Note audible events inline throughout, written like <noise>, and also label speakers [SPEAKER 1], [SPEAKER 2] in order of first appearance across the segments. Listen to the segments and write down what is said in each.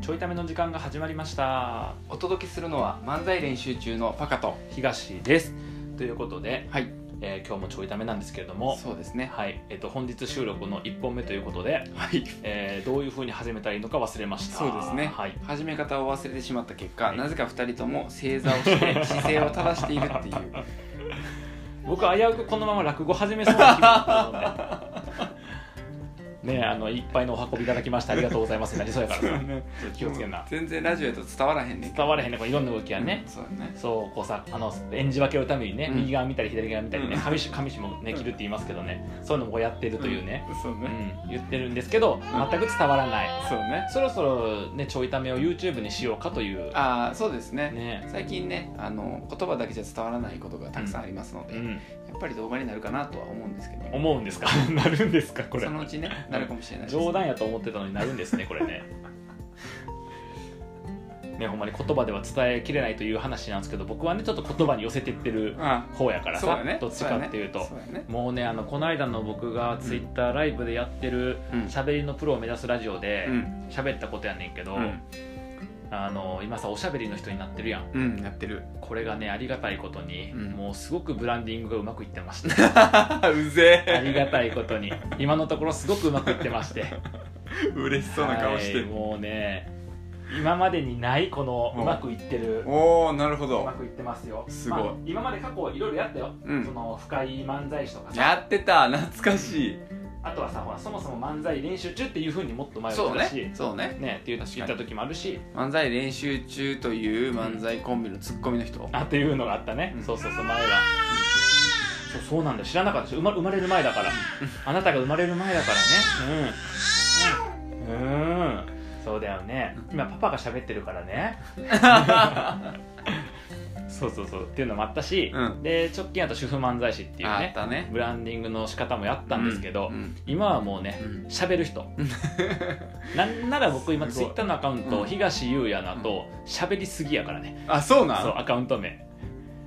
[SPEAKER 1] ちょいための時間が始まりました
[SPEAKER 2] お届けするのは漫才練習中のパカと
[SPEAKER 1] 東ですということで、
[SPEAKER 2] はい
[SPEAKER 1] えー今日もちょいためなんですけれども
[SPEAKER 2] そうですね
[SPEAKER 1] はいえっと本日収録の1本目ということで、
[SPEAKER 2] はい
[SPEAKER 1] えーどういうふうに始めたらいいのか忘れました
[SPEAKER 2] そうですね
[SPEAKER 1] はい
[SPEAKER 2] 始め方を忘れてしまった結果、
[SPEAKER 1] はい
[SPEAKER 2] なぜか2人とも正座を
[SPEAKER 1] <laughs>
[SPEAKER 2] して姿勢を正しているっていう
[SPEAKER 1] 僕危うくこのまま落語始めそうな気分だったのでねあのいっぱいのお運びいただきましてありがとうございますになりそうやからさち <laughs> ょっと気をつけんな
[SPEAKER 2] 全然ラジオやと伝わらへんねん
[SPEAKER 1] 伝われへんねこういろんな動きがね
[SPEAKER 2] うん、そうだね
[SPEAKER 1] そうこうさあの演じ分けをためにね、
[SPEAKER 2] うん
[SPEAKER 1] 右側見たり左側見たりね
[SPEAKER 2] うん
[SPEAKER 1] 上し上しもね切るって言いますけどねそういうのもこうやってるというね、
[SPEAKER 2] そう
[SPEAKER 1] うん
[SPEAKER 2] ね、
[SPEAKER 1] 言ってるんですけど
[SPEAKER 2] ん
[SPEAKER 1] 全く伝わらない
[SPEAKER 2] そうね
[SPEAKER 1] そろそろねちょいためを YouTube にしようかという
[SPEAKER 2] ああそうですね
[SPEAKER 1] ね
[SPEAKER 2] 最近ねあの言葉だけじゃ伝わらないことがたくさんありますので、
[SPEAKER 1] う
[SPEAKER 2] や
[SPEAKER 1] ん
[SPEAKER 2] っぱり動画になるかなとは思うんですけど
[SPEAKER 1] 思うんですか <laughs> なるんですかこれ
[SPEAKER 2] そのうちねなるかもしれないです
[SPEAKER 1] 冗談やと思ってたのになるんですねこれねねほんまに言葉では伝えきれないという話なんですけど僕はねちょっと言葉に寄せてってる
[SPEAKER 2] あ
[SPEAKER 1] 方やから
[SPEAKER 2] そう
[SPEAKER 1] さ、
[SPEAKER 2] だね
[SPEAKER 1] どっちかっていうと
[SPEAKER 2] そうだね
[SPEAKER 1] もうねあのこの間の僕がツイッターライブでやってる
[SPEAKER 2] うん
[SPEAKER 1] 喋りのプロを目指すラジオで
[SPEAKER 2] うん
[SPEAKER 1] 喋ったことやねんけど、
[SPEAKER 2] うん
[SPEAKER 1] あの今さおしゃべりの人になってるやん
[SPEAKER 2] うんやってる
[SPEAKER 1] これがねありがたいことに、
[SPEAKER 2] うん
[SPEAKER 1] もうすごくブランディングがうまくいってまして
[SPEAKER 2] <laughs> うぜ
[SPEAKER 1] ありがたいことに今のところすごくうまくいってまして
[SPEAKER 2] 嬉し
[SPEAKER 1] はいもうね今までにないこのうまくいってる
[SPEAKER 2] おおなるほ
[SPEAKER 1] う
[SPEAKER 2] ど
[SPEAKER 1] まくいってますよ
[SPEAKER 2] すごい
[SPEAKER 1] まあ今まで過去いろいろやったよ、
[SPEAKER 2] うん
[SPEAKER 1] その深い漫才師とかさ
[SPEAKER 2] やってた懐かしい
[SPEAKER 1] あとはさほらそもそも漫才練習中っていうふうにもっと前をったし
[SPEAKER 2] そうね
[SPEAKER 1] ねっていう言った時もあるし
[SPEAKER 2] 漫才練習中という漫才コンビのツッコミの人、
[SPEAKER 1] あっていうのがあったね、
[SPEAKER 2] うん
[SPEAKER 1] そうそうそう前は、そうそうなんだよ知らなかったし生ま生まれる前だからあなたが生まれる前だからねうんうんうんそうだよね今パパが喋ってるからねそうそうそうっていうのもあったし、
[SPEAKER 2] うん
[SPEAKER 1] で直近あと主婦漫才師っていう
[SPEAKER 2] あっ
[SPEAKER 1] ね
[SPEAKER 2] たね
[SPEAKER 1] ブランディングの仕方もやったんですけど、
[SPEAKER 2] うんうん
[SPEAKER 1] 今はもうね
[SPEAKER 2] うん
[SPEAKER 1] 喋る人なんなら僕今
[SPEAKER 2] す
[SPEAKER 1] ツイ
[SPEAKER 2] ごい
[SPEAKER 1] ッターのアカウント、
[SPEAKER 2] うん
[SPEAKER 1] 東優也のと喋りすぎやからね
[SPEAKER 2] あそう
[SPEAKER 1] そう
[SPEAKER 2] な
[SPEAKER 1] アカウント名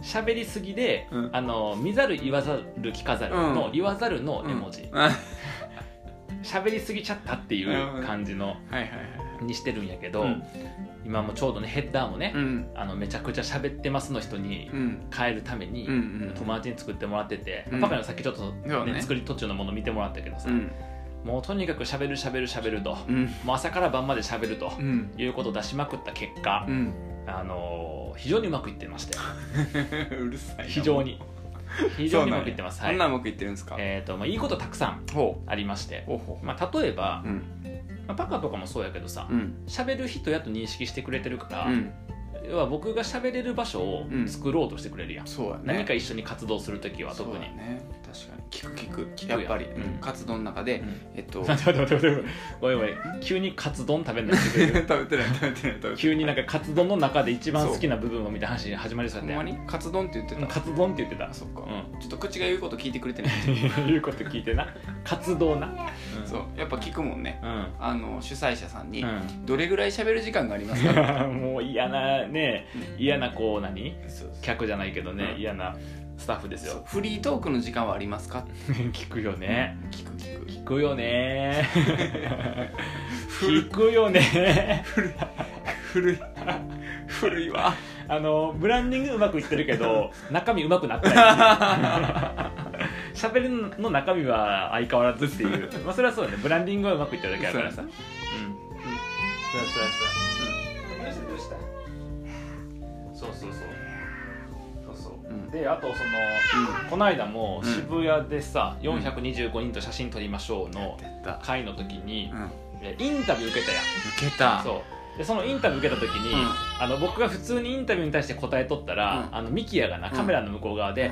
[SPEAKER 1] 喋りすぎで、
[SPEAKER 2] うん
[SPEAKER 1] あの見ざる言わざる聞かざるの、
[SPEAKER 2] うん
[SPEAKER 1] 言わざるの
[SPEAKER 2] ん
[SPEAKER 1] 絵文字
[SPEAKER 2] うんはい
[SPEAKER 1] 喋、りすぎちゃったっていう感じの
[SPEAKER 2] はいはい
[SPEAKER 1] にしてるんやけど、
[SPEAKER 2] うん
[SPEAKER 1] 今もちょうどねヘッダーもね、
[SPEAKER 2] うん
[SPEAKER 1] あのめちゃくちゃ喋ってますの人に
[SPEAKER 2] うん
[SPEAKER 1] 変えるために、
[SPEAKER 2] うんうん
[SPEAKER 1] 友達に作ってもらってて、
[SPEAKER 2] うん
[SPEAKER 1] パカにもさっきちょっと、ね
[SPEAKER 2] そうね
[SPEAKER 1] 作り途中のもの見てもらったけどさ、
[SPEAKER 2] うん
[SPEAKER 1] もうとにかく喋る喋る喋ると、
[SPEAKER 2] うん
[SPEAKER 1] もう朝から晩まで喋ると、
[SPEAKER 2] うん
[SPEAKER 1] いうことを出しまくった結果
[SPEAKER 2] う、ん
[SPEAKER 1] あのー非常にうまくいってましたよ
[SPEAKER 2] <laughs> うるさいな
[SPEAKER 1] 非常に非常にうまくいってます
[SPEAKER 2] そ
[SPEAKER 1] は
[SPEAKER 2] う
[SPEAKER 1] い
[SPEAKER 2] なんやそんなうまくいってるんですか
[SPEAKER 1] えーとまあ、いいことたくさん
[SPEAKER 2] ほ
[SPEAKER 1] ありまして
[SPEAKER 2] う、ほうほ
[SPEAKER 1] まあ、例えば
[SPEAKER 2] う、うん
[SPEAKER 1] まあ、パカとかもそうやけどさ
[SPEAKER 2] うん
[SPEAKER 1] 喋る人やと認識してくれてるから、
[SPEAKER 2] うん
[SPEAKER 1] 要は僕が喋れる場所を
[SPEAKER 2] うん
[SPEAKER 1] 作ろうとしてくれるやん、
[SPEAKER 2] そうやね
[SPEAKER 1] 何か一緒に活動するときは特
[SPEAKER 2] そう
[SPEAKER 1] に
[SPEAKER 2] だね確かに聞く聞く
[SPEAKER 1] 聞くや
[SPEAKER 2] や
[SPEAKER 1] ん
[SPEAKER 2] っぱり、
[SPEAKER 1] うん
[SPEAKER 2] 活動の中で、
[SPEAKER 1] うん
[SPEAKER 2] えっと <laughs>
[SPEAKER 1] <laughs>
[SPEAKER 2] 食
[SPEAKER 1] 待って待って待って待ってごめんごめん急にカツ丼食べんのやめてくれ
[SPEAKER 2] <laughs> べ
[SPEAKER 1] る
[SPEAKER 2] てない食べてない食べてない
[SPEAKER 1] 急になんかカツ丼の中で一番好きな部分を見た話始まりそう
[SPEAKER 2] ほん
[SPEAKER 1] や
[SPEAKER 2] ま
[SPEAKER 1] った
[SPEAKER 2] にカツ丼って言って
[SPEAKER 1] よ
[SPEAKER 2] た
[SPEAKER 1] カツ丼って言ってた <laughs>
[SPEAKER 2] あそっか、
[SPEAKER 1] う
[SPEAKER 2] ちょっと口が言うこと聞いてくれて <laughs> ない
[SPEAKER 1] いうこと聞いてな活動な、うん、
[SPEAKER 2] そうやっぱ聞くもんね
[SPEAKER 1] うん、
[SPEAKER 2] あの主催者さんに、
[SPEAKER 1] う
[SPEAKER 2] どれぐらい喋る時間がありますか
[SPEAKER 1] ん、 <laughs> もう嫌なね嫌なこう何
[SPEAKER 2] そうそう
[SPEAKER 1] 客じゃないけどね、
[SPEAKER 2] うん
[SPEAKER 1] 嫌なスタッフです
[SPEAKER 2] そう
[SPEAKER 1] よ
[SPEAKER 2] フリートークの時間はありますか
[SPEAKER 1] <laughs> 聞くよね
[SPEAKER 2] 聞く聞く
[SPEAKER 1] 聞くよ <laughs> ね聞くよね
[SPEAKER 2] 古い古いわ
[SPEAKER 1] あのブランディングうまくいってるけど中身うまくなったり <laughs> 喋りの中身は相変わらずっていう、まあ、それはそうだねブランディングはうまくいってるだけだからさ
[SPEAKER 2] そう
[SPEAKER 1] うんうんそうそうそうどうしたそうそうそうそうそう、
[SPEAKER 2] うん
[SPEAKER 1] であとそのこの間も渋谷でさ、425人と写真撮りましょうの
[SPEAKER 2] やってた
[SPEAKER 1] 会の時に
[SPEAKER 2] う、ん
[SPEAKER 1] えインタビュー受けたやん
[SPEAKER 2] 受けた
[SPEAKER 1] そうでそのインタビュー受けた時に、
[SPEAKER 2] <laughs> うん
[SPEAKER 1] あの僕が普通にインタビューに対して答えとったら、
[SPEAKER 2] うん
[SPEAKER 1] あのミキヤがなカメラの向こう側で、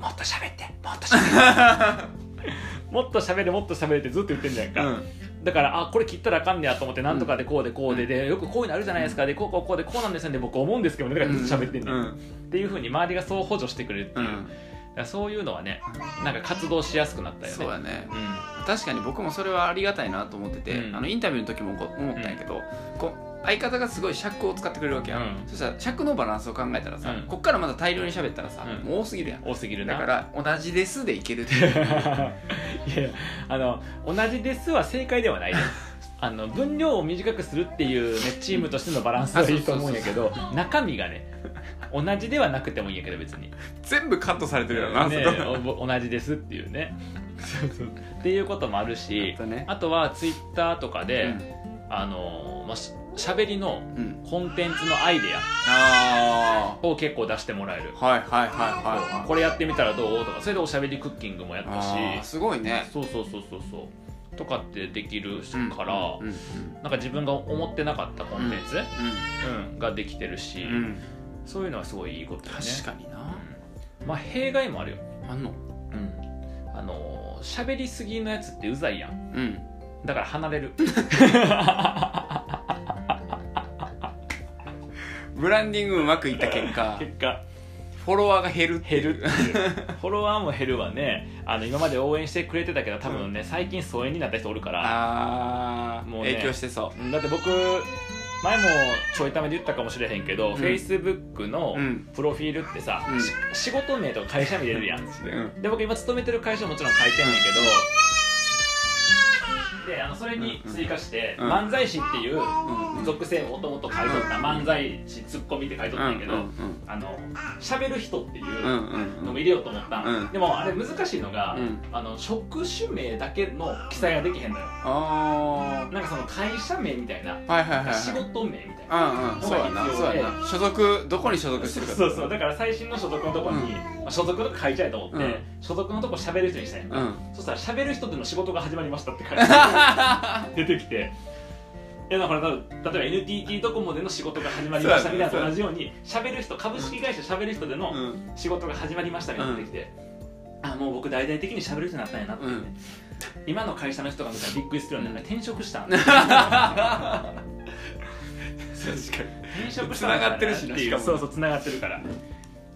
[SPEAKER 1] もっと喋ってもっと
[SPEAKER 2] <laughs>
[SPEAKER 1] 喋ってもっと喋れもっと喋れってずっと言ってんじゃんか、
[SPEAKER 2] うん
[SPEAKER 1] だからあこれ切ったらあかんねやと思ってなんとかでこうでこうででよくこういうのあるじゃないですかでこうこうこうでこうなんですよね僕思うんですけどねだからずっと喋ってんね、
[SPEAKER 2] うんん
[SPEAKER 1] っていうふうに周りがそう補助してくれるって
[SPEAKER 2] う
[SPEAKER 1] い
[SPEAKER 2] ん
[SPEAKER 1] う、だからそういうのはねなんか活動しやすくなったよね
[SPEAKER 2] そうやね
[SPEAKER 1] うん
[SPEAKER 2] 確かに僕もそれはありがたいなと思ってて、
[SPEAKER 1] うん
[SPEAKER 2] あのインタビューの時も思思ったんやけど、こう相方がすごい尺を使ってくれるわけや、
[SPEAKER 1] うん
[SPEAKER 2] そしたら尺のバランスを考えたらさ、
[SPEAKER 1] うん
[SPEAKER 2] こっからまだ大量に喋ったらさ、
[SPEAKER 1] うん
[SPEAKER 2] もう多すぎるやん
[SPEAKER 1] 多すぎるな
[SPEAKER 2] だから同じですでいけるっていう
[SPEAKER 1] <laughs> いやあの同じですは正解では
[SPEAKER 2] <laughs>
[SPEAKER 1] ないですあの分量を短くするっていう、ね、チームとしてのバランスはいいと思うんやけど中身がね同じではなくてもいいんやけど別に、
[SPEAKER 2] 全部カットされてるよな、
[SPEAKER 1] ね
[SPEAKER 2] そこ
[SPEAKER 1] お同じですっていうねっていうこともあるし
[SPEAKER 2] あとね
[SPEAKER 1] あとはツイッターとかで、
[SPEAKER 2] うん
[SPEAKER 1] あのまあ、ししゃべりの
[SPEAKER 2] うん、
[SPEAKER 1] コンテンツのアイデ
[SPEAKER 2] あ
[SPEAKER 1] アを結構出してもらえる、
[SPEAKER 2] あはいはいはいはいはい
[SPEAKER 1] これやってみたらどうとかそれでおしゃべりクッキングもやったし
[SPEAKER 2] あーすごいね
[SPEAKER 1] そうそうそうそうそうとかってできるしから、
[SPEAKER 2] うんうん
[SPEAKER 1] なんか自分が思ってなかったコンテンツ、うんができてるし、
[SPEAKER 2] うんうん
[SPEAKER 1] そういうのはすごいいいことだね
[SPEAKER 2] 確かにな
[SPEAKER 1] うんまあ弊害もあるよ、
[SPEAKER 2] あんの
[SPEAKER 1] あのー喋りすぎのやつってうざいやん
[SPEAKER 2] うん
[SPEAKER 1] だから離れ
[SPEAKER 2] <laughs>
[SPEAKER 1] る
[SPEAKER 2] ブランディングうまくいった
[SPEAKER 1] <laughs>
[SPEAKER 2] 結果
[SPEAKER 1] 結果
[SPEAKER 2] フォロワーが減るって
[SPEAKER 1] 減
[SPEAKER 2] いう
[SPEAKER 1] るっていうフォロワーも減るわねあの今まで応援してくれてたけど多分ね、最近疎遠になった人おるから
[SPEAKER 2] ああ
[SPEAKER 1] もうね
[SPEAKER 2] 影響してそ
[SPEAKER 1] うんだって僕前もちょいためで言ったかもしれへんけど、
[SPEAKER 2] ん
[SPEAKER 1] Facebook の
[SPEAKER 2] うん
[SPEAKER 1] プロフィールってさ、
[SPEAKER 2] うん
[SPEAKER 1] し仕事名とか会社名出るやん
[SPEAKER 2] ううん
[SPEAKER 1] で僕今勤めてる会社もちろん書いてんねんけどであのそれに追加して、
[SPEAKER 2] うん
[SPEAKER 1] 漫才師っていう
[SPEAKER 2] うん
[SPEAKER 1] 属性をもともと書いとった、漫才師ツッコミって書いとったんやけど、あの喋る人っていううん
[SPEAKER 2] うん
[SPEAKER 1] のも入れようと思ったん、
[SPEAKER 2] うん
[SPEAKER 1] でもあれ難しいのが、
[SPEAKER 2] うん
[SPEAKER 1] あの職種名だけの記載ができへんのよ
[SPEAKER 2] あ
[SPEAKER 1] なんかその会社名みたいな
[SPEAKER 2] あはいはいはいはい
[SPEAKER 1] 仕事名みたいな
[SPEAKER 2] うんうんそうやなそうやな所属どこに所属して
[SPEAKER 1] そう
[SPEAKER 2] るか
[SPEAKER 1] そうそうだから最新の所属のとこに、まあ、所属のとこ書いちゃえと思って、
[SPEAKER 2] うん
[SPEAKER 1] 所属のとこ喋る人にしたいの、
[SPEAKER 2] うん
[SPEAKER 1] そしたら喋る人での仕事が始まりましたって書いてあ
[SPEAKER 2] <laughs>
[SPEAKER 1] る出てきていやだから例えば NTT ドコモでの仕事が始まりましたみたいなのと同じように喋る人株式会社喋る人での
[SPEAKER 2] うん
[SPEAKER 1] 仕事が始まりましたみたいなのが出てきて、あもう僕大々的に喋る人になったんやなって、
[SPEAKER 2] うん
[SPEAKER 1] 今の会社の人が見たらびっくりするようになる転職したんだ
[SPEAKER 2] <laughs> 確か
[SPEAKER 1] 転職したんだ
[SPEAKER 2] 繋がってるしな
[SPEAKER 1] ってい
[SPEAKER 2] し
[SPEAKER 1] う
[SPEAKER 2] かも
[SPEAKER 1] そうそう繋がってるから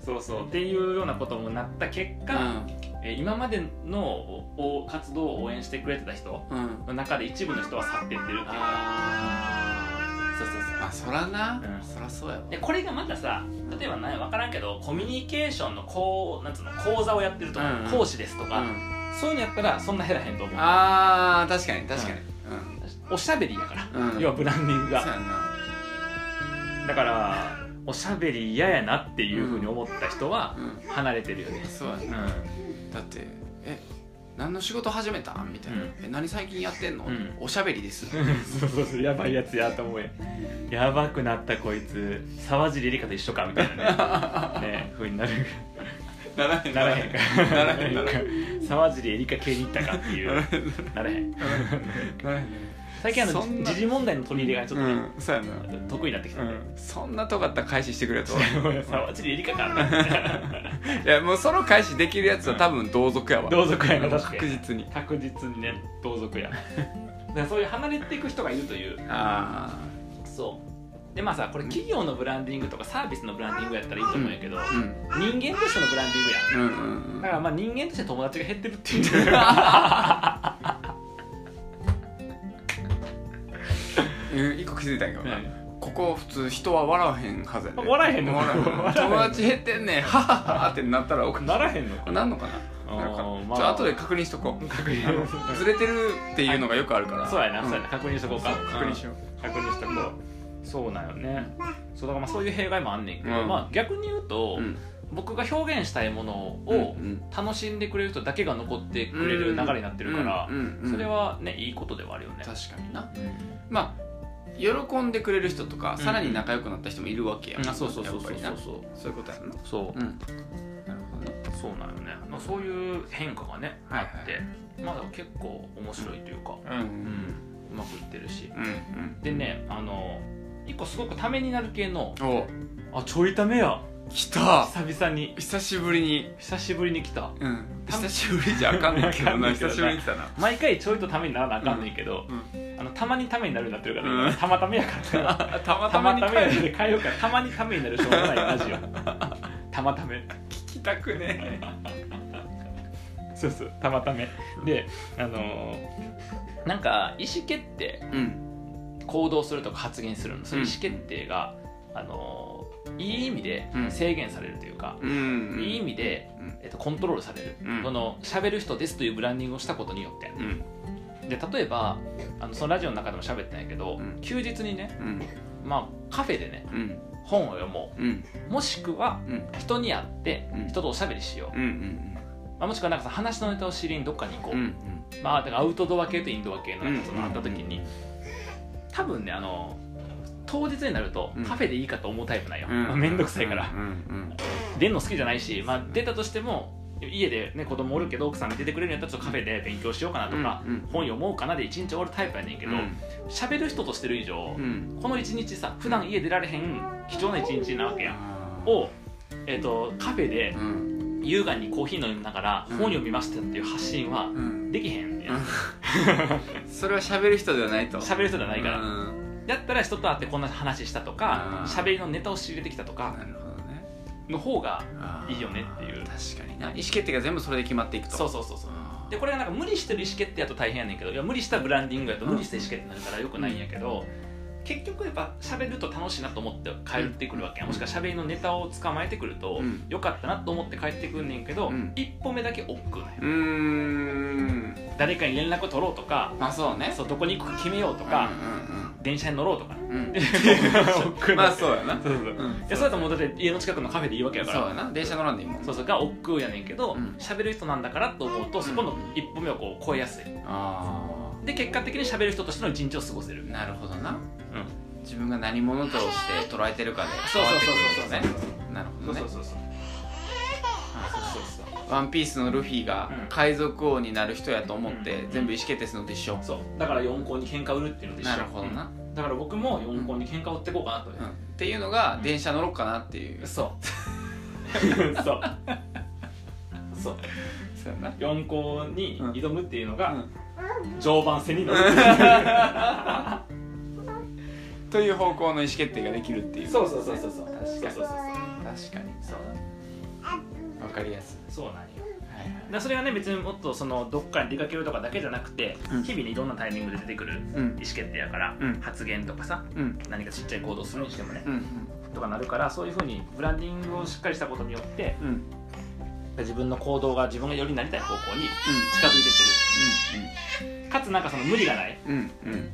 [SPEAKER 1] そうそうっていうようなこともなった結果、えー今までのおお活動を応援してくれてた人
[SPEAKER 2] にうん
[SPEAKER 1] の中で一部の人は去っていってるっていうか
[SPEAKER 2] あ
[SPEAKER 1] そうそう
[SPEAKER 2] ーまあそらな
[SPEAKER 1] うん
[SPEAKER 2] そらそうやわ
[SPEAKER 1] でこれがまたさ例えば何分からんけどコミュニケーションのこうなんつうの講座をやってるとか、
[SPEAKER 2] うんうん
[SPEAKER 1] 講師ですとか、
[SPEAKER 2] うん
[SPEAKER 1] そういうのやったらそんな減らへんと思う
[SPEAKER 2] あー確かに確かに
[SPEAKER 1] おしゃべりやから、
[SPEAKER 2] うんうん
[SPEAKER 1] 要はブランディング
[SPEAKER 2] そう
[SPEAKER 1] が
[SPEAKER 2] やな
[SPEAKER 1] だからおしゃべり嫌やなっていうふうに思った人は
[SPEAKER 2] うん
[SPEAKER 1] 離れてるよね
[SPEAKER 2] そうやな
[SPEAKER 1] うん
[SPEAKER 2] だって「え何の仕事始めた?」みたいな
[SPEAKER 1] うん
[SPEAKER 2] 「え何最近やってんの
[SPEAKER 1] うん
[SPEAKER 2] おしゃべりです」
[SPEAKER 1] <laughs> そうそうそうやばいやつやと思えやばくなったこいつ沢尻リカと一緒かみたいなね
[SPEAKER 2] <laughs>
[SPEAKER 1] ねふうになる
[SPEAKER 2] ならへ
[SPEAKER 1] ならへんか
[SPEAKER 2] ならへんならへ
[SPEAKER 1] <laughs> 沢尻エリカ系に行ったかっていう
[SPEAKER 2] <laughs>
[SPEAKER 1] ならへん
[SPEAKER 2] ならへん
[SPEAKER 1] 最近あの
[SPEAKER 2] そんな
[SPEAKER 1] 時事問題の取り入れがちょっとね、
[SPEAKER 2] うん <laughs> そうや
[SPEAKER 1] 得意になってきた
[SPEAKER 2] な、うんん、そんな尖った返ししてくれると
[SPEAKER 1] で沢尻エリカか <laughs>
[SPEAKER 2] いやもうその返しできるやつは多分同族やわ
[SPEAKER 1] 同族やな確かに
[SPEAKER 2] 確実に
[SPEAKER 1] 確実にね同族やだからそういう離れていく人がいるという
[SPEAKER 2] あ
[SPEAKER 1] そうでまあさこれ企業のブランディングとかサービスのブランディングやったらいい
[SPEAKER 2] あ
[SPEAKER 1] と思うんやけど、
[SPEAKER 2] うん
[SPEAKER 1] 人間としてのブランディングやん
[SPEAKER 2] うんうんうん
[SPEAKER 1] だからまあ人間として友達が減ってるっていう
[SPEAKER 2] うん一個気づいたんやけどなここ普通人は笑わへんはずやで
[SPEAKER 1] 笑えへんの
[SPEAKER 2] 笑わへん
[SPEAKER 1] 笑
[SPEAKER 2] 友達減ってんねんははははってなったらおかしい
[SPEAKER 1] ならへんのか
[SPEAKER 2] なんのかななんかちょ後で確認しとこ <laughs> う
[SPEAKER 1] 確認
[SPEAKER 2] あのずれてるっていうのがよくあるから
[SPEAKER 1] そうやな、
[SPEAKER 2] ん
[SPEAKER 1] そうやな確認しとこうか
[SPEAKER 2] 確認しよう
[SPEAKER 1] 確認しとこうそうなんよねそうだからまあそういう弊害もあんねんけど、
[SPEAKER 2] うん
[SPEAKER 1] まあ逆に言うと、
[SPEAKER 2] うん
[SPEAKER 1] 僕が表現したいものを楽しんでくれる人だけが残ってくれる流れになってるから、
[SPEAKER 2] うんうんうん
[SPEAKER 1] それはねいいことではあるよね
[SPEAKER 2] 確かにな
[SPEAKER 1] うん
[SPEAKER 2] まあ喜んでくれる人とか
[SPEAKER 1] ん
[SPEAKER 2] さらに仲良くなった人もいるわけや
[SPEAKER 1] あそうそうそう
[SPEAKER 2] やっ
[SPEAKER 1] そ
[SPEAKER 2] ぱ
[SPEAKER 1] う
[SPEAKER 2] り
[SPEAKER 1] そ
[SPEAKER 2] な
[SPEAKER 1] うそう
[SPEAKER 2] そういうことやんな
[SPEAKER 1] そう
[SPEAKER 2] うんなるほどね
[SPEAKER 1] そうなんよね、まあ、そういう変化がね、
[SPEAKER 2] はいはい
[SPEAKER 1] あってまだ結構面白いというか、
[SPEAKER 2] うんう
[SPEAKER 1] うん
[SPEAKER 2] ん
[SPEAKER 1] うまくいってるし
[SPEAKER 2] うん
[SPEAKER 1] でねあの一個すごくためになる系の
[SPEAKER 2] お
[SPEAKER 1] あちょいためや
[SPEAKER 2] 来た
[SPEAKER 1] 久々に
[SPEAKER 2] 久しぶりに
[SPEAKER 1] 久しぶりに来た
[SPEAKER 2] うん
[SPEAKER 1] た
[SPEAKER 2] 久しぶりじゃあかんねんけどな
[SPEAKER 1] あかんねんけど
[SPEAKER 2] 久
[SPEAKER 1] な
[SPEAKER 2] しぶりに来たな
[SPEAKER 1] 毎回ちょいとためにならなあかんねんけど、
[SPEAKER 2] う
[SPEAKER 1] あのたまにためになるようになってるから、今
[SPEAKER 2] うん
[SPEAKER 1] たまためやから
[SPEAKER 2] たま
[SPEAKER 1] <laughs> た
[SPEAKER 2] た
[SPEAKER 1] ま
[SPEAKER 2] まに
[SPEAKER 1] ためや
[SPEAKER 2] 帰る
[SPEAKER 1] で変えようかたまにためになるしょうがないラジオたまため
[SPEAKER 2] 聞きたくね
[SPEAKER 1] そうそうたまためであのーなんか意思決定
[SPEAKER 2] えうん
[SPEAKER 1] 行動するとか発言するのそういう
[SPEAKER 2] うん
[SPEAKER 1] 意思決定が、あのいい意味で
[SPEAKER 2] うん
[SPEAKER 1] 制限されるというか、
[SPEAKER 2] うん
[SPEAKER 1] いい意味で、
[SPEAKER 2] うん
[SPEAKER 1] えっと、コントロールされる、
[SPEAKER 2] うん
[SPEAKER 1] この喋る人ですというブランディングをしたことによって
[SPEAKER 2] うん
[SPEAKER 1] で例えばあのそのラジオの中でも喋ってないけど、
[SPEAKER 2] うん
[SPEAKER 1] 休日にね、
[SPEAKER 2] うん
[SPEAKER 1] まあ、カフェでね
[SPEAKER 2] うん
[SPEAKER 1] 本を読も
[SPEAKER 2] うん
[SPEAKER 1] うもしくは
[SPEAKER 2] うん
[SPEAKER 1] 人に会って
[SPEAKER 2] うん
[SPEAKER 1] 人とおしゃべりしよう、
[SPEAKER 2] うんうん
[SPEAKER 1] まあ、もしくはなんかさ話のネタを知りにどっかに行こう、
[SPEAKER 2] うんうん
[SPEAKER 1] まあ、だからアウトドア系とインドア系のなんかそ
[SPEAKER 2] うん
[SPEAKER 1] のあった時に多分ねあの当日になると
[SPEAKER 2] うん
[SPEAKER 1] カフェでいいかと思うタイプなんよ、
[SPEAKER 2] うん
[SPEAKER 1] まあ、めんどくさいから、
[SPEAKER 2] うんうん
[SPEAKER 1] 出んの好きじゃないし、まあ、出たとしても家で、ね、子供おるけど奥さん見ててくれるんやったらちょっとカフェで勉強しようかなとか、
[SPEAKER 2] うんうん
[SPEAKER 1] 本読もうかなで一日おるタイプやねんけど喋、る人としてる以上、
[SPEAKER 2] うんうん
[SPEAKER 1] この一日さ普段家出られへん貴重な一日なわけやん
[SPEAKER 2] あー
[SPEAKER 1] を、えっとカフェで
[SPEAKER 2] うん
[SPEAKER 1] 優雅にコーヒー飲みながら
[SPEAKER 2] うん
[SPEAKER 1] 本読みましたっていう発信は
[SPEAKER 2] うん
[SPEAKER 1] できへんやん
[SPEAKER 2] <laughs> それは喋る人ではないと
[SPEAKER 1] 喋る人じゃないから、
[SPEAKER 2] うん
[SPEAKER 1] だったら人と会ってこんな話したとか
[SPEAKER 2] うん
[SPEAKER 1] 喋りのネタを仕入れてきたとか
[SPEAKER 2] なるほどね
[SPEAKER 1] の方が
[SPEAKER 2] あー
[SPEAKER 1] いいよねっていう
[SPEAKER 2] 確かにな意思決定が全部それで決まっていくと
[SPEAKER 1] そうそうそうそう
[SPEAKER 2] あー
[SPEAKER 1] でこれがなんか無理してる意思決定やと大変やねんけどいや無理したブランディングやと
[SPEAKER 2] うん
[SPEAKER 1] 無理した意思決定になるからよくないんやけど、結局やっぱ喋ると楽しいなと思って帰ってくるわけや、
[SPEAKER 2] うん
[SPEAKER 1] もしくは喋りのネタを捕まえてくると、
[SPEAKER 2] うん
[SPEAKER 1] よかったなと思って帰ってくんねんけど、
[SPEAKER 2] うん
[SPEAKER 1] 一歩目だけ億劫なんよ
[SPEAKER 2] うーん
[SPEAKER 1] 誰かに連絡取ろうとか
[SPEAKER 2] まあそうね
[SPEAKER 1] そうどこに行くか決めようとか、電車に乗ろうとか
[SPEAKER 2] うんうんうん
[SPEAKER 1] 億
[SPEAKER 2] う
[SPEAKER 1] <laughs> 劫
[SPEAKER 2] んまあそうやな
[SPEAKER 1] そうそう
[SPEAKER 2] うん
[SPEAKER 1] いやそれだともうだって家の近くのカフェでいいわけやか
[SPEAKER 2] そう
[SPEAKER 1] ら
[SPEAKER 2] やな電車乗らんでいいもん
[SPEAKER 1] そうそうが億劫やねんけど
[SPEAKER 2] うん
[SPEAKER 1] 喋、る人なんだからと思うとそこの一歩目をこう超えやすい
[SPEAKER 2] あ
[SPEAKER 1] で結果的に喋る人としての一日を過ごせる
[SPEAKER 2] あなるほどな
[SPEAKER 1] うん
[SPEAKER 2] 自分が何者として捉えてるかで
[SPEAKER 1] そうそうそうそう
[SPEAKER 2] 変わってくるんですねなるほ
[SPEAKER 1] そ
[SPEAKER 2] ど
[SPEAKER 1] う
[SPEAKER 2] ね
[SPEAKER 1] そうそうそう
[SPEAKER 2] あ
[SPEAKER 1] そうそうそう
[SPEAKER 2] ワンピースのルフィが
[SPEAKER 1] うん
[SPEAKER 2] 海賊王になる人やと思って
[SPEAKER 1] うん
[SPEAKER 2] 全部意思決定するのと一緒
[SPEAKER 1] そうだから四校に喧嘩売るっていうのと一緒
[SPEAKER 2] なるほどな
[SPEAKER 1] だから僕も四校に喧嘩売ってこうかなと、
[SPEAKER 2] うんっていうのが電車乗ろうかなっていう
[SPEAKER 1] そうそうそう
[SPEAKER 2] そうやな
[SPEAKER 1] 四校に挑むっていうの
[SPEAKER 2] う
[SPEAKER 1] が
[SPEAKER 2] ん
[SPEAKER 1] 常磐線に乗る
[SPEAKER 2] という方向の意思決定ができるっていう
[SPEAKER 1] そうそうそうそうそうそう
[SPEAKER 2] 確
[SPEAKER 1] そうそう
[SPEAKER 2] 確かに
[SPEAKER 1] そう
[SPEAKER 2] わかりやす
[SPEAKER 1] そうなんよ
[SPEAKER 2] いはいは
[SPEAKER 1] だ
[SPEAKER 2] い
[SPEAKER 1] からそれがね別にもっとそのどっかに出かけるとかだけじゃなくて、
[SPEAKER 2] うん
[SPEAKER 1] 日々にいろんなタイミングで出てくる
[SPEAKER 2] う
[SPEAKER 1] 意
[SPEAKER 2] ん
[SPEAKER 1] 思決定やから、
[SPEAKER 2] うん
[SPEAKER 1] 発言とかさ
[SPEAKER 2] うん
[SPEAKER 1] 何かちっちゃい行動するにしてもね
[SPEAKER 2] う、ん
[SPEAKER 1] とかなるからそういうふうにブランディングをしっかりしたことによって
[SPEAKER 2] うんうんうん
[SPEAKER 1] 自分の行動が自分がよりなりたい方向に近づいてってるかつなんかその無理がない
[SPEAKER 2] うんうんうん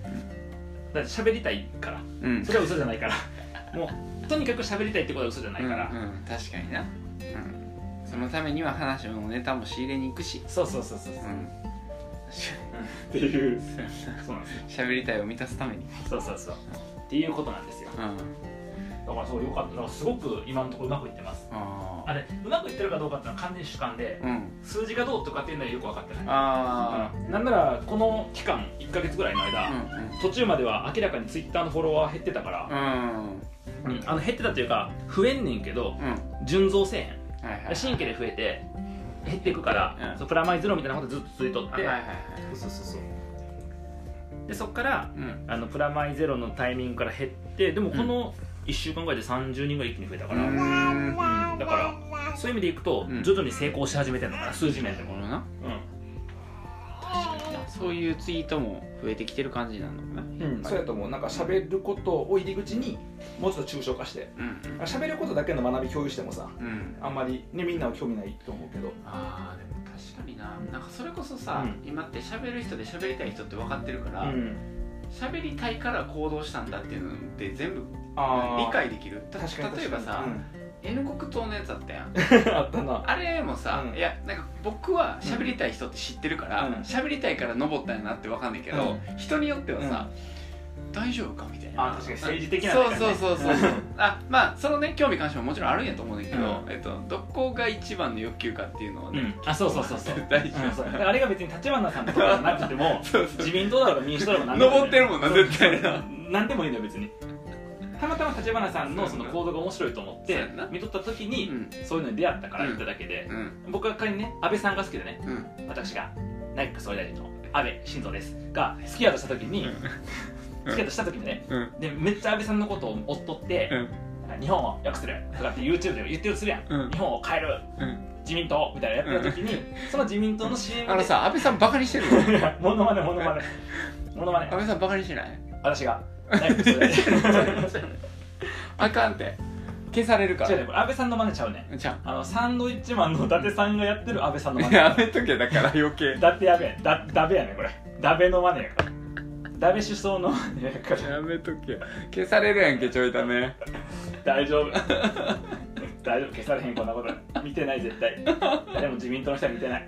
[SPEAKER 1] だって喋りたいから
[SPEAKER 2] うんうん
[SPEAKER 1] それは嘘じゃないから <laughs> もうとにかく喋りたいってことは嘘じゃないから、
[SPEAKER 2] うんうん確かにな、うん、そのためには話のネタも仕入れに行くし、
[SPEAKER 1] そうそうそうそう
[SPEAKER 2] う
[SPEAKER 1] そう
[SPEAKER 2] ん、確か
[SPEAKER 1] っていう
[SPEAKER 2] に
[SPEAKER 1] そうなんですよ
[SPEAKER 2] 喋りたいを満たすために
[SPEAKER 1] そうそうそうっていうことなんですよ
[SPEAKER 2] うん
[SPEAKER 1] だからそうよかっただからすごく今のところうまくいってます
[SPEAKER 2] あ
[SPEAKER 1] あれうまくいってるかどうかっていうのは完全に主観で
[SPEAKER 2] ーうん
[SPEAKER 1] 数字がどうとかっていうのはよく分かってない
[SPEAKER 2] あ
[SPEAKER 1] うんなんならこの期間1か月ぐらいの間、
[SPEAKER 2] あうん
[SPEAKER 1] 途中までは明らかにツイッターのフォロワー減ってたから、
[SPEAKER 2] うんうん
[SPEAKER 1] あの減ってたというか増えんねんけど
[SPEAKER 2] うん
[SPEAKER 1] 純増せえ
[SPEAKER 2] はい
[SPEAKER 1] へ
[SPEAKER 2] はい
[SPEAKER 1] ん新規で増えて減っていくから、
[SPEAKER 2] うん
[SPEAKER 1] そうプラマイゼロみたいなことずっと続いとっ
[SPEAKER 2] あはい
[SPEAKER 1] て、
[SPEAKER 2] はいはい
[SPEAKER 1] そうそうそうでそっから
[SPEAKER 2] うん
[SPEAKER 1] あのプラマイゼロのタイミングから減ってでもこの1週間ぐらいで30人ぐらい一気に増えたから、
[SPEAKER 2] うーんな
[SPEAKER 1] うんだからそういう意味でいくと、
[SPEAKER 2] うん
[SPEAKER 1] 徐々に成功し始めてるのかな数字面で
[SPEAKER 2] るほ
[SPEAKER 1] も、
[SPEAKER 2] どな
[SPEAKER 1] う
[SPEAKER 2] 確かになそういうツイートも増えてきてる感じなのかなうん
[SPEAKER 1] ん
[SPEAKER 2] そうや
[SPEAKER 1] と思うなんか喋ることを入り口にもうちょっと抽象化して
[SPEAKER 2] うん
[SPEAKER 1] 喋ることだけの学び共有してもさ
[SPEAKER 2] うん
[SPEAKER 1] あんまりねみんなは興味ないと思うけど
[SPEAKER 2] あーでも確かにななんかそれこそさ、
[SPEAKER 1] うん
[SPEAKER 2] 今って喋る人で喋りたい人って分かってるから、
[SPEAKER 1] ん
[SPEAKER 2] 喋りたいから行動したんだっていうのって全部理解できるた
[SPEAKER 1] 確かに
[SPEAKER 2] 例えばさ、N 国党のやつあったやん
[SPEAKER 1] <laughs> あったな
[SPEAKER 2] あれもさ、
[SPEAKER 1] うん
[SPEAKER 2] いやなんか僕は喋りたい人って知ってるから
[SPEAKER 1] うん
[SPEAKER 2] 喋、りたいから登ったんやなって分かんないけど、人によってはさ、大丈夫かみたい
[SPEAKER 1] あ
[SPEAKER 2] な
[SPEAKER 1] 確かに政治的な
[SPEAKER 2] そ
[SPEAKER 1] ね
[SPEAKER 2] うそうそうそうそうあまあそのね興味関心ももちろんあるんやと思うねんだけど、
[SPEAKER 1] う
[SPEAKER 2] えっと、どこが一番の欲求かっていうのは
[SPEAKER 1] う
[SPEAKER 2] ね、
[SPEAKER 1] んあそうそうそうそう
[SPEAKER 2] 大事、
[SPEAKER 1] うんそうだからあれが別に立花さんとかじゃなくて
[SPEAKER 2] <laughs>
[SPEAKER 1] も
[SPEAKER 2] そうそう
[SPEAKER 1] 自民党だろうが民主党だろうが何で
[SPEAKER 2] 登ってるもんな
[SPEAKER 1] そう
[SPEAKER 2] 絶対な
[SPEAKER 1] 何でもいいんだよ別にたまたま立花さんのその行動が面白いと思っ
[SPEAKER 2] そう
[SPEAKER 1] て
[SPEAKER 2] やな
[SPEAKER 1] 見とった時に、
[SPEAKER 2] うん
[SPEAKER 1] そういうのに出会ったから言っただけで、
[SPEAKER 2] うん
[SPEAKER 1] 僕は仮にね安倍さんが好きでね
[SPEAKER 2] うん
[SPEAKER 1] 私が内閣総理大臣の安倍晋三ですが好きやとした時に、
[SPEAKER 2] うん
[SPEAKER 1] 好きやとした時にね
[SPEAKER 2] うん
[SPEAKER 1] でめっちゃ安倍さんのことを追っとって、
[SPEAKER 2] うん
[SPEAKER 1] 日本を良くするとかって YouTube でも言ってるとするやん、
[SPEAKER 2] うん
[SPEAKER 1] 日本を変える
[SPEAKER 2] うん
[SPEAKER 1] 自民党みたいなのやってた時に、その自民党の CM で
[SPEAKER 2] あ
[SPEAKER 1] <laughs>
[SPEAKER 2] のさ安倍さんバカにしてるの
[SPEAKER 1] いやモノマネモノマネモノマネ <laughs>
[SPEAKER 2] 安倍さんバカにしてない
[SPEAKER 1] 私が
[SPEAKER 2] <laughs>
[SPEAKER 1] 何それ
[SPEAKER 2] あかんって消されるか
[SPEAKER 1] 違うね
[SPEAKER 2] ら
[SPEAKER 1] これ安倍さんの真似ちゃうね
[SPEAKER 2] じゃ
[SPEAKER 1] あのサンドイッチマンの伊達さんがやってる安倍さんの真
[SPEAKER 2] あ
[SPEAKER 1] 似
[SPEAKER 2] やめとけだから余計
[SPEAKER 1] だってやべえだだべやねこれだべの真似やからだべ首相の真似やから
[SPEAKER 2] やめとけ消されるやんけちょいだね
[SPEAKER 1] 大丈夫大丈夫消されへんこんなこと見てない絶対誰も自民党の人は見てない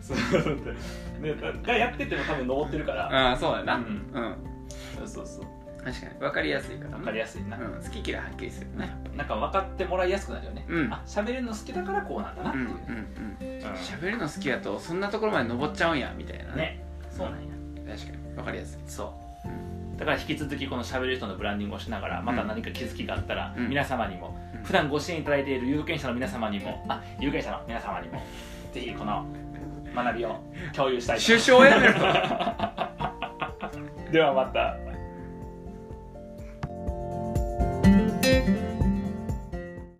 [SPEAKER 1] そうそうでがやってても多分登ってるから
[SPEAKER 2] ああそうだな
[SPEAKER 1] う
[SPEAKER 2] うんん、
[SPEAKER 1] そうそうそう
[SPEAKER 2] 確かに分かりやすいから
[SPEAKER 1] 分かり
[SPEAKER 2] や
[SPEAKER 1] やすいな、
[SPEAKER 2] うん、好き嫌いはっきりするね
[SPEAKER 1] なんか分かってもらいやすくなるよね、
[SPEAKER 2] うん
[SPEAKER 1] あ喋るの好きだからこうなんだなっ
[SPEAKER 2] う
[SPEAKER 1] てい
[SPEAKER 2] んう
[SPEAKER 1] うん
[SPEAKER 2] うん
[SPEAKER 1] ね、
[SPEAKER 2] 喋るの好きやとそんなところまで登っちゃうんやみたいな
[SPEAKER 1] うんね
[SPEAKER 2] そうなんや確かに分かりやすい
[SPEAKER 1] そう、
[SPEAKER 2] う
[SPEAKER 1] だから引き続きこの喋る人のブランディングをしながらまた何か気づきがあったら、
[SPEAKER 2] うん
[SPEAKER 1] 皆様にも、
[SPEAKER 2] うん
[SPEAKER 1] 普段ご支援いただいている有権者の皆様にも、あ有権者の皆様にもぜひこの学びを共有したいと
[SPEAKER 2] 首相やめろ
[SPEAKER 1] ではまた。